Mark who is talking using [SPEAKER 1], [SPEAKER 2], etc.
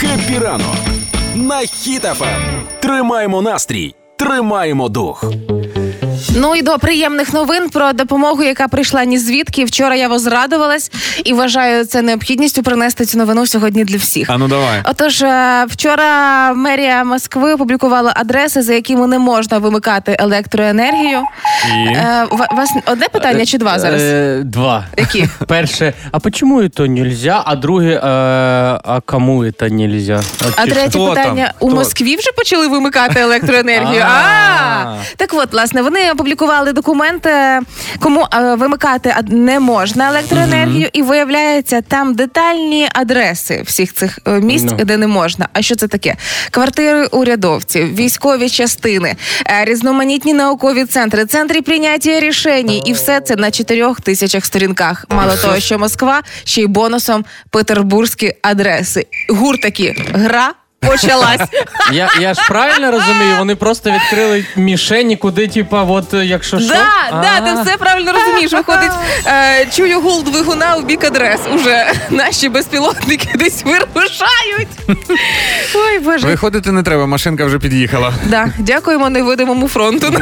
[SPEAKER 1] Хеппі ранок на хітафем. Тримаємо настрій, тримаємо дух.
[SPEAKER 2] Ну і до приємних новин про допомогу, яка прийшла ні звідки. Вчора я возрадувалась і вважаю це необхідністю принести цю новину сьогодні для всіх.
[SPEAKER 3] А ну давай.
[SPEAKER 2] Отож, е, вчора мерія Москви опублікувала адреси, за якими не можна вимикати електроенергію.
[SPEAKER 3] І?
[SPEAKER 2] Е, ва- вас одне питання чи два зараз?
[SPEAKER 4] Е, два.
[SPEAKER 2] Які?
[SPEAKER 4] Перше, а почему это нельзя? А друге, е, а кому это нельзя? От
[SPEAKER 2] А
[SPEAKER 4] чесно.
[SPEAKER 2] третє
[SPEAKER 3] Хто
[SPEAKER 2] питання
[SPEAKER 3] там?
[SPEAKER 2] у
[SPEAKER 3] Хто?
[SPEAKER 2] Москві вже почали вимикати електроенергію. А
[SPEAKER 4] А.
[SPEAKER 2] так, от власне вони опублікували документ, е, кому е, вимикати ад- не можна електроенергію, і виявляється там детальні адреси всіх цих е, місць,
[SPEAKER 4] Ну.
[SPEAKER 2] де не можна. А що це таке? Квартири урядовців, військові частини, е, різноманітні наукові центри, центри прийняття рішень, і все це на чотирьох тисячах сторінках. Мало того, що Москва ще й бонусом петербурзькі адреси. Гур такі гра. Почалась
[SPEAKER 4] Я, я ж правильно розумію, вони просто відкрили мішені, куди, типа, от е, якщо що.
[SPEAKER 2] да, да, ти все правильно розумієш. Виходить, е, чую гул двигуна у бік адрес. Уже наші безпілотники десь вирушають. Ой, боже,
[SPEAKER 3] Виходити не треба, машинка вже під'їхала.
[SPEAKER 2] да, дякуємо невидимому фронту.